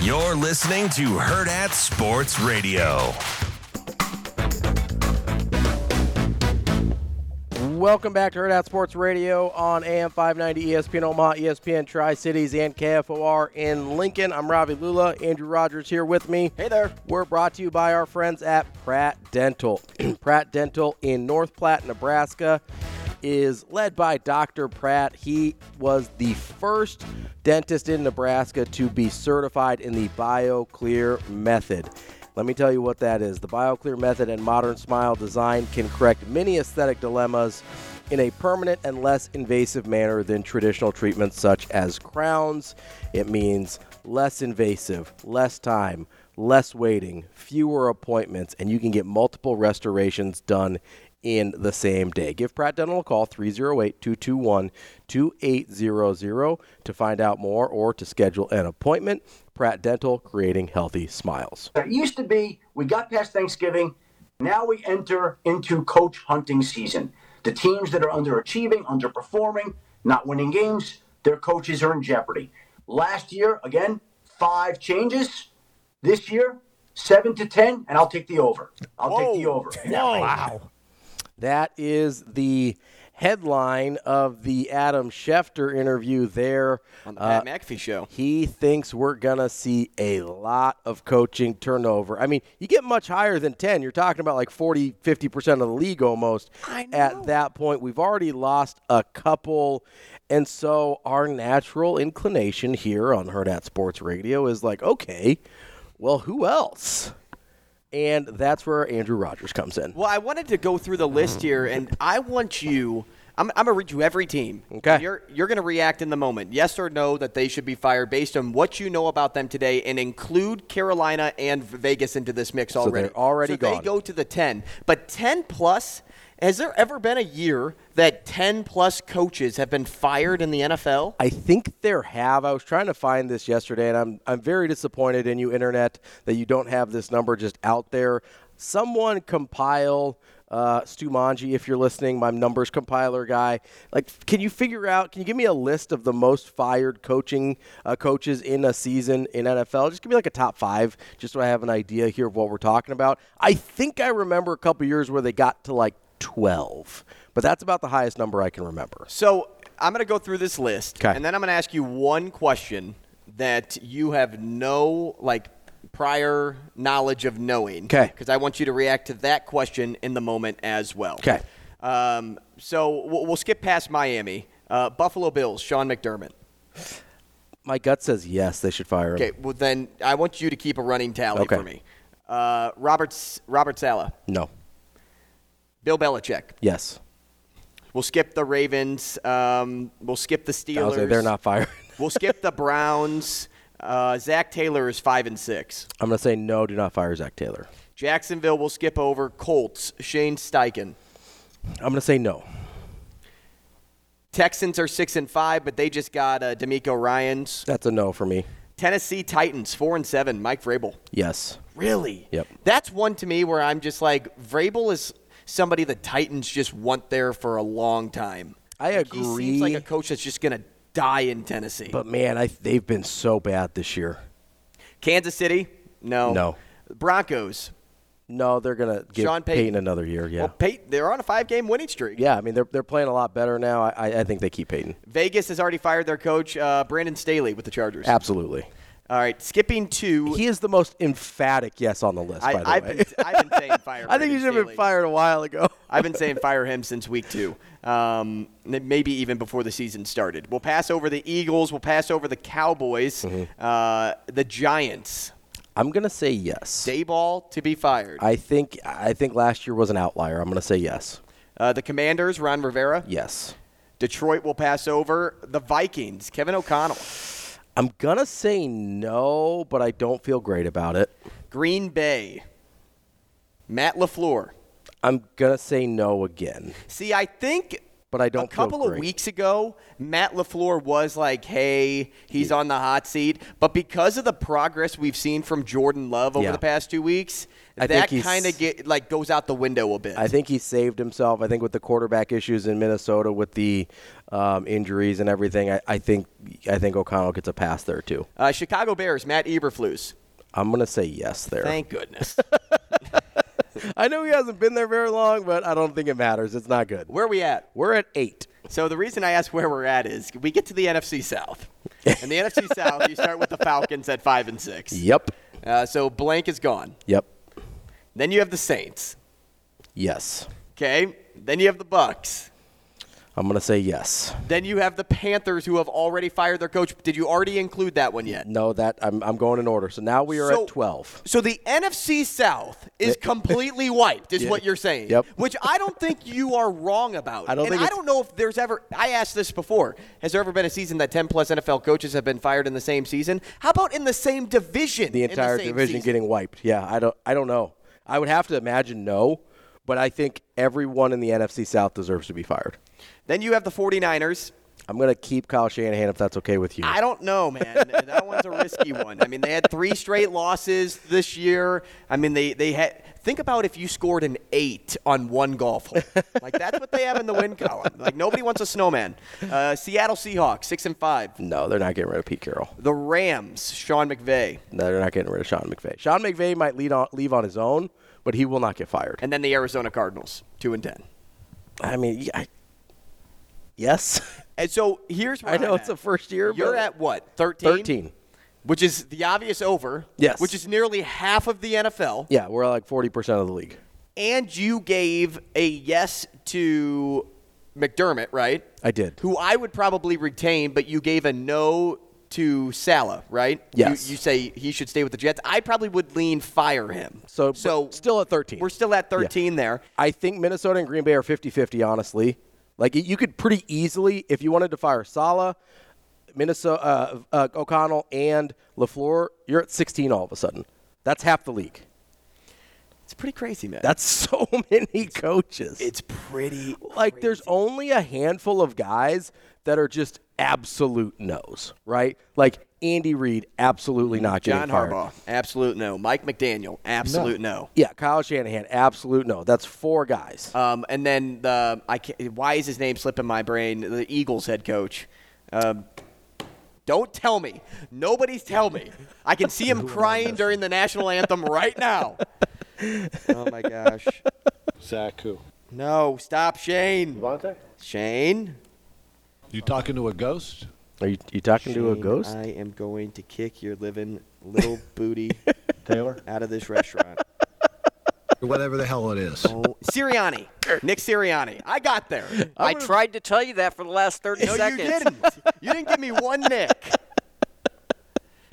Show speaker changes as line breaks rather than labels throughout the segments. You're listening to Herd at Sports Radio.
Welcome back to Herd Out Sports Radio on AM 590 ESPN Omaha, E ESPN Tri Cities, and KFOR in Lincoln. I'm Ravi Lula. Andrew Rogers here with me. Hey there. We're brought to you by our friends at Pratt Dental. Pratt Dental in North Platte, Nebraska is led by Dr. Pratt. He was the first dentist in Nebraska to be certified in the BioClear method. Let me tell you what that is. The BioClear method and modern smile design can correct many aesthetic dilemmas in a permanent and less invasive manner than traditional treatments such as crowns. It means less invasive, less time, less waiting, fewer appointments, and you can get multiple restorations done in the same day. Give Pratt Dental a call 308 221 2800 to find out more or to schedule an appointment. Pratt Dental, creating healthy smiles.
It used to be we got past Thanksgiving. Now we enter into coach hunting season. The teams that are underachieving, underperforming, not winning games, their coaches are in jeopardy. Last year, again, five changes. This year, seven to ten, and I'll take the over. I'll take the over. Wow.
That is the headline of the Adam Schefter interview there. Uh,
on the Pat McAfee show.
He thinks we're going to see a lot of coaching turnover. I mean, you get much higher than 10. You're talking about like 40, 50% of the league almost at that point. We've already lost a couple. And so our natural inclination here on Herd at Sports Radio is like, okay, well, who else? And that's where Andrew Rogers comes in.
Well, I wanted to go through the list here, and I want you. I'm, I'm gonna read you every team.
Okay.
You're you're gonna react in the moment, yes or no, that they should be fired based on what you know about them today, and include Carolina and Vegas into this mix already.
they're already
so They
gone.
go to the ten, but ten plus. Has there ever been a year that ten plus coaches have been fired in the NFL?
I think there have. I was trying to find this yesterday, and I'm I'm very disappointed in you, internet, that you don't have this number just out there. Someone compile. Uh, Stu Manji, if you're listening, my numbers compiler guy. Like, can you figure out? Can you give me a list of the most fired coaching uh, coaches in a season in NFL? Just give me like a top five, just so I have an idea here of what we're talking about. I think I remember a couple years where they got to like 12, but that's about the highest number I can remember.
So I'm going to go through this list,
'Kay.
and then I'm going to ask you one question that you have no like prior knowledge of knowing.
'Kay.
Because I want you to react to that question in the moment as well.
'Kay.
Um, so we'll, we'll skip past Miami. Uh, Buffalo Bills, Sean McDermott.
My gut says yes, they should fire him.
Okay, well then I want you to keep a running tally
Okay.
for me. Uh, Roberts, Robert Sala,
No.
Bill Belichick.
Yes.
We'll skip the Ravens. Um, we'll skip
I
the
was
Steelers.
like, they're not fired.
We'll skip the Browns. Uh, Zach Taylor is five and six.
I'm going to say no, do not fire Zach Taylor.
Jacksonville will skip over Colts. Shane Steichen.
I'm going to say no.
Texans are six and five, but they just got uh, D'Amico Ryan's.
That's a no for me.
Tennessee Titans four and seven. Mike Vrabel.
Yes.
Really?
Yep.
That's one to me where I'm just like Vrabel is somebody the Titans just want there for a long time.
I
Like, He
agree.
seems like a coach that's just going to die in Tennessee.
But man, I, they've been so bad this year.
Kansas City? No.
No.
Broncos?
No, they're gonna give
Sean Payton.
Payton. another year. Yeah,
Well, Peyton, they're on a five-game winning streak.
yeah. I mean, they're they're playing a lot better now. I, I, I think they keep Payton.
Vegas has already fired their coach, uh, Brandon Staley, with the Chargers.
Absolutely.
All right, skipping to.
He is the most emphatic yes on the list. by the
I, have
way,
been, I've been saying fire.
I think he
Brandon
should have
Staley.
been fired a while ago.
I've been saying fire him since week two, um, n- maybe even before the season started. We'll pass over the Eagles. We'll pass over the Cowboys,
Mm-hmm.
uh, the Giants.
I'm gonna say yes.
Dayball to be fired.
I think I think last year was an outlier. I'm gonna say yes.
Uh, the Commanders, Ron Rivera.
Yes.
Detroit will pass over. The Vikings, Kevin O'Connell.
I'm gonna say no, but I don't feel great about it.
Green Bay, Matt LaFleur.
I'm gonna say no again.
See, I think
But I don't
a couple
feel
of
great.
weeks ago, Matt LaFleur was like, hey, he's on the hot seat. But because of the progress we've seen from Jordan Love over
Yeah.
the past two weeks,
I
that
think he's-
kind of get like goes out the window a bit.
I think he saved himself. I think with the quarterback issues in Minnesota, with the um, injuries and everything, I, I think I think O'Connell gets a pass there too.
uh, Chicago Bears, Matt Eberflus.
I'm gonna say yes there.
Thank goodness.
I know he hasn't been there very long, but I don't think it matters. It's not good.
where are we at?
We're at eight.
So the reason I ask where we're at is we get to the NFC South. And the NFC South, you start with the Falcons at five and six.
Yep.
Uh, so blank is gone.
Yep.
Then you have the Saints.
Yes.
Okay. Then you have the Bucks.
I'm gonna say yes.
Then you have the Panthers who have already fired their coach. Did you already include that one yet?
No, that I'm I'm going in order. So now we are
So-
at twelve.
So the NFC South is completely wiped, is what you're saying.
Yep.
Which I don't think you are wrong about.
I don't
and
think
I
it's-
don't know if there's ever. I asked this before. Has there ever been a season that 10 plus NFL coaches have been fired in the same season? How about in the same division?
The
in
entire
same
division
season?
getting wiped. Yeah, I don't I don't know. I would have to imagine no, but I think everyone in the NFC South deserves to be fired.
Then you have the 49ers.
I'm gonna keep Kyle Shanahan if that's okay with you.
I don't know, man. that one's a risky one. I mean, they had three straight losses this year. I mean, they they had. Think about if you scored an eight on one golf hole. Like that's what they have in the win column. Like nobody wants a snowman. Uh, Seattle Seahawks six and five.
no, they're not getting rid of Pete Carroll.
The Rams, Sean McVay,
No, they're not getting rid of Sean McVay. Sean McVay might lead on, leave on his own, but he will not get fired.
and then the Arizona Cardinals two and ten.
I mean, I, yes,
And so here's where
I know
I'm
it's the
at.
first year.
You're
but
at what 13?
thirteen.
which is the obvious over.
Yes.
which is nearly half of the NFL.
Yeah, we're like forty percent of the league.
and you gave a yes to McDermott, right?
I did.
Who I would probably retain, but you gave a no to Salah, right? You-
Yes.
You, say he should stay with the Jets. I probably would lean fire him.
So, but still at 13.
We're still at 13 there.
I think Minnesota and Green Bay are 50-50, honestly. Like you could pretty easily, if you wanted to fire Sala, Minnesota, uh, uh, O'Connell, and Lafleur, you're at 16 all of a sudden. That's half the league.
It's pretty crazy, man.
That's so many coaches.
it's pretty.
like there's only a handful of guys that are just absolute no's, right? Like Andy Reid, absolutely not
John
getting fired.
Harbaugh, absolute no. Mike McDaniel, absolute no.
Yeah, Kyle Shanahan, absolute no. That's four guys.
Um, and then the I can't, why is his name slipping my brain? The Eagles head coach. Um, don't tell me. Nobody's tell me. I can see him crying during the national anthem right now. Oh my gosh.
Zach who?
No, stop, Shane.
Devontae?
Shane.
You talking to a ghost?
are you, you talking to a
Shane,
ghost?
I am going to kick your living little booty
Taylor?
out of this restaurant.
Whatever the hell it is.
Oh, Sirianni. Nick Sirianni. I got there.
I tried to tell you that for the last 30
No, you
seconds.
didn't. You didn't give me one Nick.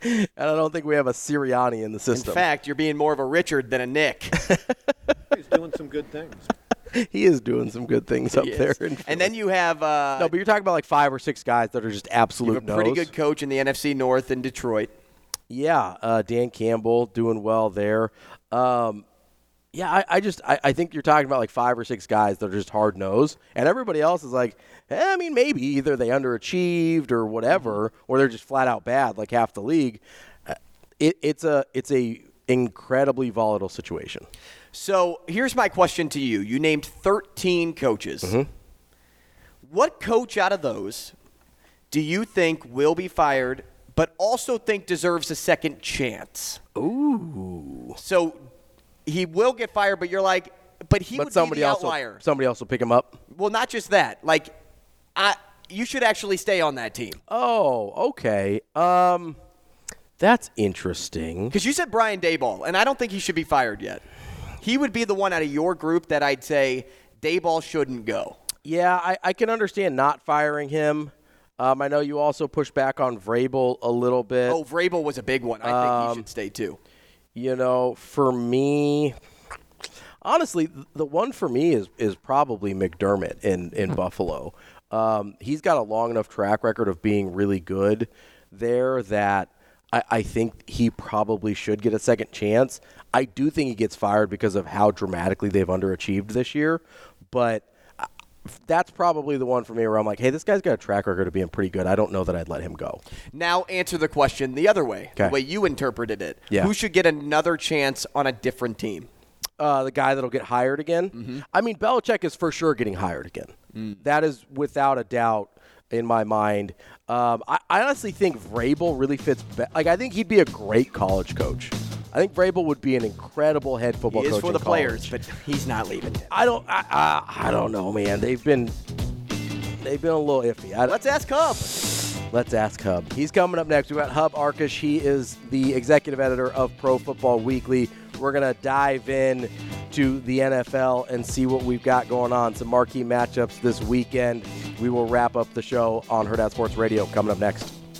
And I don't think we have a Sirianni in the
In
system.
fact, you're being more of a Richard than a Nick.
He's doing some good things.
he is doing some good things up there. in
and
Philly.
then you have uh,
no, but you're talking about like five or six guys that are just
you
absolute
have a pretty
no's.
good coach in the NFC North in Detroit.
Yeah, uh, Dan Campbell doing well there. Um, yeah, I, I just I, I think you're talking about like five or six guys that are just hard nosed, and everybody else is like, eh, I mean, maybe either they underachieved or whatever, or they're just flat out bad, like half the league. Uh, It, it's a it's a incredibly volatile situation.
So here's my question to you. You named 13 coaches. What coach out of those do you think will be fired, but also think deserves a second chance? Ooh. So he will get fired, but you're like, but he
but
would
somebody
be the
else
outlier.
Will, somebody else will pick him up.
Well, not just that. Like, I you should actually stay on that team
Oh, okay. Um, that's interesting.
because you said Brian Dayball, and I don't think he should be fired yet. He would be the one out of your group that I'd say Dayball shouldn't go.
Yeah, I, I can understand not firing him. Um, I know you also pushed back on Vrabel a little bit.
Oh, Vrabel was a big one. I
Um,
think he should stay too.
You know, for me, honestly, th- the one for me is is probably McDermott in in Buffalo. Um, he's got a long enough track record of being really good there that I, I think he probably should get a second chance. I do think he gets fired because of how dramatically they've underachieved this year, but. I- That's probably the one for me where I'm like, hey, this guy's got a track record of being pretty good. I don't know that I'd let him go.
Now answer the question the other way,
Okay.
the way you interpreted it.
Yeah.
Who should get another chance on a different team?
uh, the guy that'll get hired again.
Mm-hmm.
I mean, Belichick is for sure getting hired again.
Mm.
That is without a doubt in my mind. Um, I, I honestly think Vrabel really fits. Be- like, I think he'd be a great college coach. I think Vrabel would be an incredible head football
He is
coach
for
in
the
college.
players, but he's not leaving.
I don't. I, I, I don't know, man. They've been. They've been a little iffy. I,
Let's ask Hub.
Let's ask Hub. He's coming up next. We've got Hub Arkish. He is the executive editor of Pro Football Weekly. We're going to dive in to the NFL and see what we've got going on. Some marquee matchups this weekend. We will wrap up the show on Herd Out Sports Radio coming up next.